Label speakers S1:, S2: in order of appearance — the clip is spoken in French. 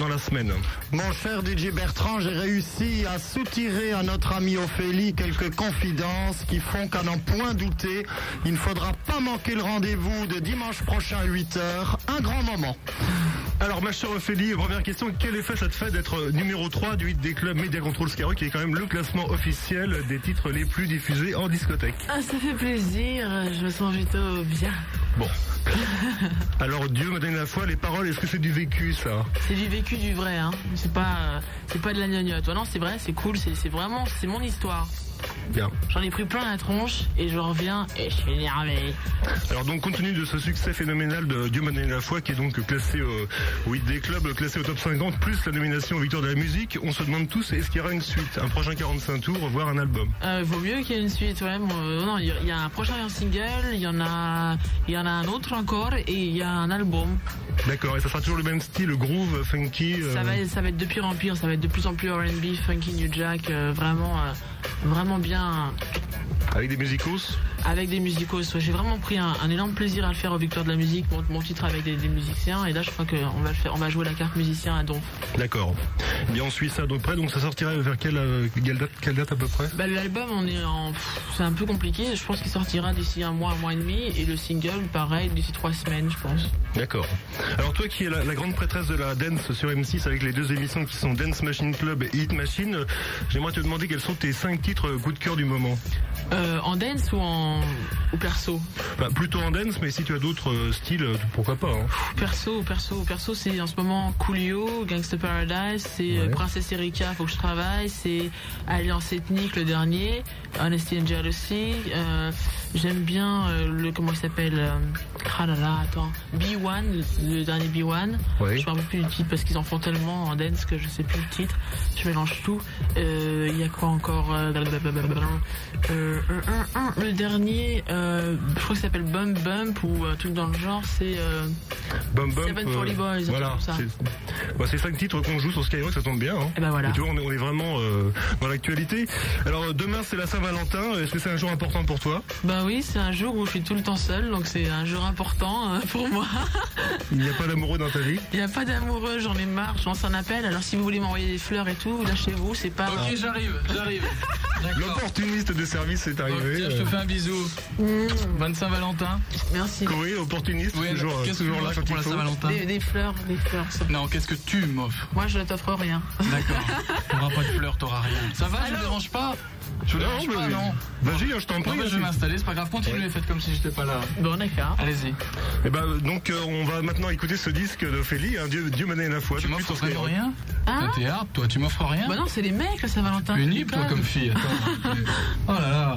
S1: dans la semaine.
S2: Mon cher DJ Bertrand, j'ai réussi à soutirer à notre amie Ophélie quelques confidences qui font qu'à n'en point douter, il ne faudra pas manquer le rendez-vous de dimanche prochain à 8h. Un grand moment.
S1: Alors, ma chère Ophélie, première question, quel effet ça te fait d'être euh, numéro 3 du hit des clubs Media Control Skyrock, qui est quand même le classement officiel des titres les plus diffusés en discothèque
S3: Ah, ça fait plaisir, je me sens plutôt bien.
S1: Bon. Alors, Dieu me donne la foi, les paroles, est-ce que c'est du vécu, ça
S3: C'est du vécu du vrai, hein. C'est pas, euh, c'est pas de la gnognotte. Ouais, non, c'est vrai, c'est cool, c'est c'est vraiment, c'est mon histoire.
S1: Bien.
S3: J'en ai pris plein la tronche et je reviens et je suis énervé.
S1: Alors donc compte tenu de ce succès phénoménal de Dieu m'a donné la foi qui est donc classé euh, au hit des clubs, classé au top 50 plus la nomination aux victoires de la musique, on se demande tous est-ce qu'il y aura une suite, un prochain 45 tours, voire un album.
S3: Euh, vaut mieux qu'il y ait une suite, ouais. bon, euh, non, il y a- il y a un prochain single, il y en a, il y en a un autre encore et il y a un album.
S1: D'accord, et ça sera toujours le même style, groove, funky. euh,
S3: Ça va, ça va être de pire en pire, ça va être de plus en plus R&B, funky, new jack, euh, vraiment, euh, vraiment bien
S1: Avec des musicos
S3: avec des musicos. Ouais, J'ai vraiment pris un, un énorme plaisir à le faire aux Victoires de la musique, mon, mon titre avec des, des musiciens. Et là, je crois qu'on va le faire, on va jouer la carte musicien à Donf.
S1: D'accord. Eh Bien on suit ça de près, donc ça sortira vers quelle, euh, quelle date, quelle date à peu près
S3: Bah, l'album, on est en, pff, c'est un peu compliqué. Je pense qu'il sortira d'ici un mois, un mois et demi, et le single, pareil, d'ici trois semaines, je pense.
S1: D'accord. Alors toi qui es la, la grande prêtresse de la dance sur M6 avec les deux émissions qui sont Dance Machine Club et Hit Machine, euh, j'aimerais te demander quels sont tes cinq titres euh, coup de cœur du moment.
S3: Euh, en dance ou en ou perso
S1: Bah, plutôt en dance, mais si tu as d'autres euh, styles, euh, pourquoi pas. hein.
S3: Perso, perso, perso, c'est en ce moment Coolio, Gangsta Paradise, c'est euh, Princesse Erika, faut que je travaille, c'est Alliance Ethnique le dernier, Honesty and Jealousy. euh, J'aime bien euh, le comment il s'appelle euh, Ah là là, attends, B1, le dernier B1.
S1: Oui.
S3: Je me rappelle plus du titre parce qu'ils en font tellement en dance que je sais plus le titre. Je mélange tout. Euh, Il y a quoi encore euh, blablabla. Euh, euh, euh, euh, Le dernier, euh, je crois que ça s'appelle Bump Bump ou euh, un truc dans le genre, c'est euh,
S1: Bum Bum.
S3: Seven Forty Boys, un truc
S1: voilà.
S3: comme ça.
S1: C'est bah, c'est cinq titres qu'on joue sur Skyrock, ça tombe bien. hein.
S3: Eh ben voilà.
S1: Et tu vois, on est, on est vraiment euh, dans l'actualité. Alors euh, demain, c'est la Saint-Valentin. Est-ce que c'est un jour important pour toi
S3: Bah oui, c'est un jour où je suis tout le temps seule, donc c'est un jour important euh, pour moi.
S1: Il n'y a pas d'amoureux dans ta vie
S3: Il n'y a pas d'amoureux, j'en ai marre, je lance un appel. Alors si vous voulez m'envoyer des fleurs et tout, lâchez-vous, c'est pas...
S4: Ok,
S1: Ah.
S4: j'arrive, j'arrive. D'accord.
S1: L'opportuniste de service est
S4: Ok,
S1: arrivé.
S4: Bah,
S1: euh.
S4: je te fais un bisou.
S3: Mmh,
S4: 25 Valentin.
S3: merci.
S1: Oui, opportuniste,
S4: Oui,
S1: toujours,
S4: qu'est-ce que
S1: toujours
S4: tu
S1: là
S4: m'offres
S1: quand
S4: pour
S1: il
S4: la
S1: faut.
S4: Saint-Valentin
S3: Des, des fleurs, des fleurs. ça-
S4: Non, qu'est-ce que tu m'offres
S3: Moi, je ne t'offre rien.
S4: D'accord. T'auras pas de fleurs, t'auras rien. Ça va, je vous dérange pas Je vous dérange
S1: Non,
S4: pas,
S1: mais-
S4: non
S1: Vas-y, hein, je t'en
S4: Non,
S1: prie.
S4: mais je vais m'installer, c'est pas grave. Continuez, faites comme si j'étais pas là.
S3: Bon, d'accord.
S4: Allez-y.
S1: Et bah, donc, euh, on va maintenant écouter ce disque d'Ophélie, hein, Dieu, Dieu m'a donné la foi.
S4: Tu
S1: Tout de
S4: m'offres
S1: suite sur
S4: vraiment
S1: Skyrock.
S4: rien
S3: Hein
S4: T'es hard, toi, tu m'offres rien
S3: Bah non, c'est les mecs, le Saint-Valentin.
S4: Unique, toi,
S3: Putain.
S4: comme fille. Attends. oh là là.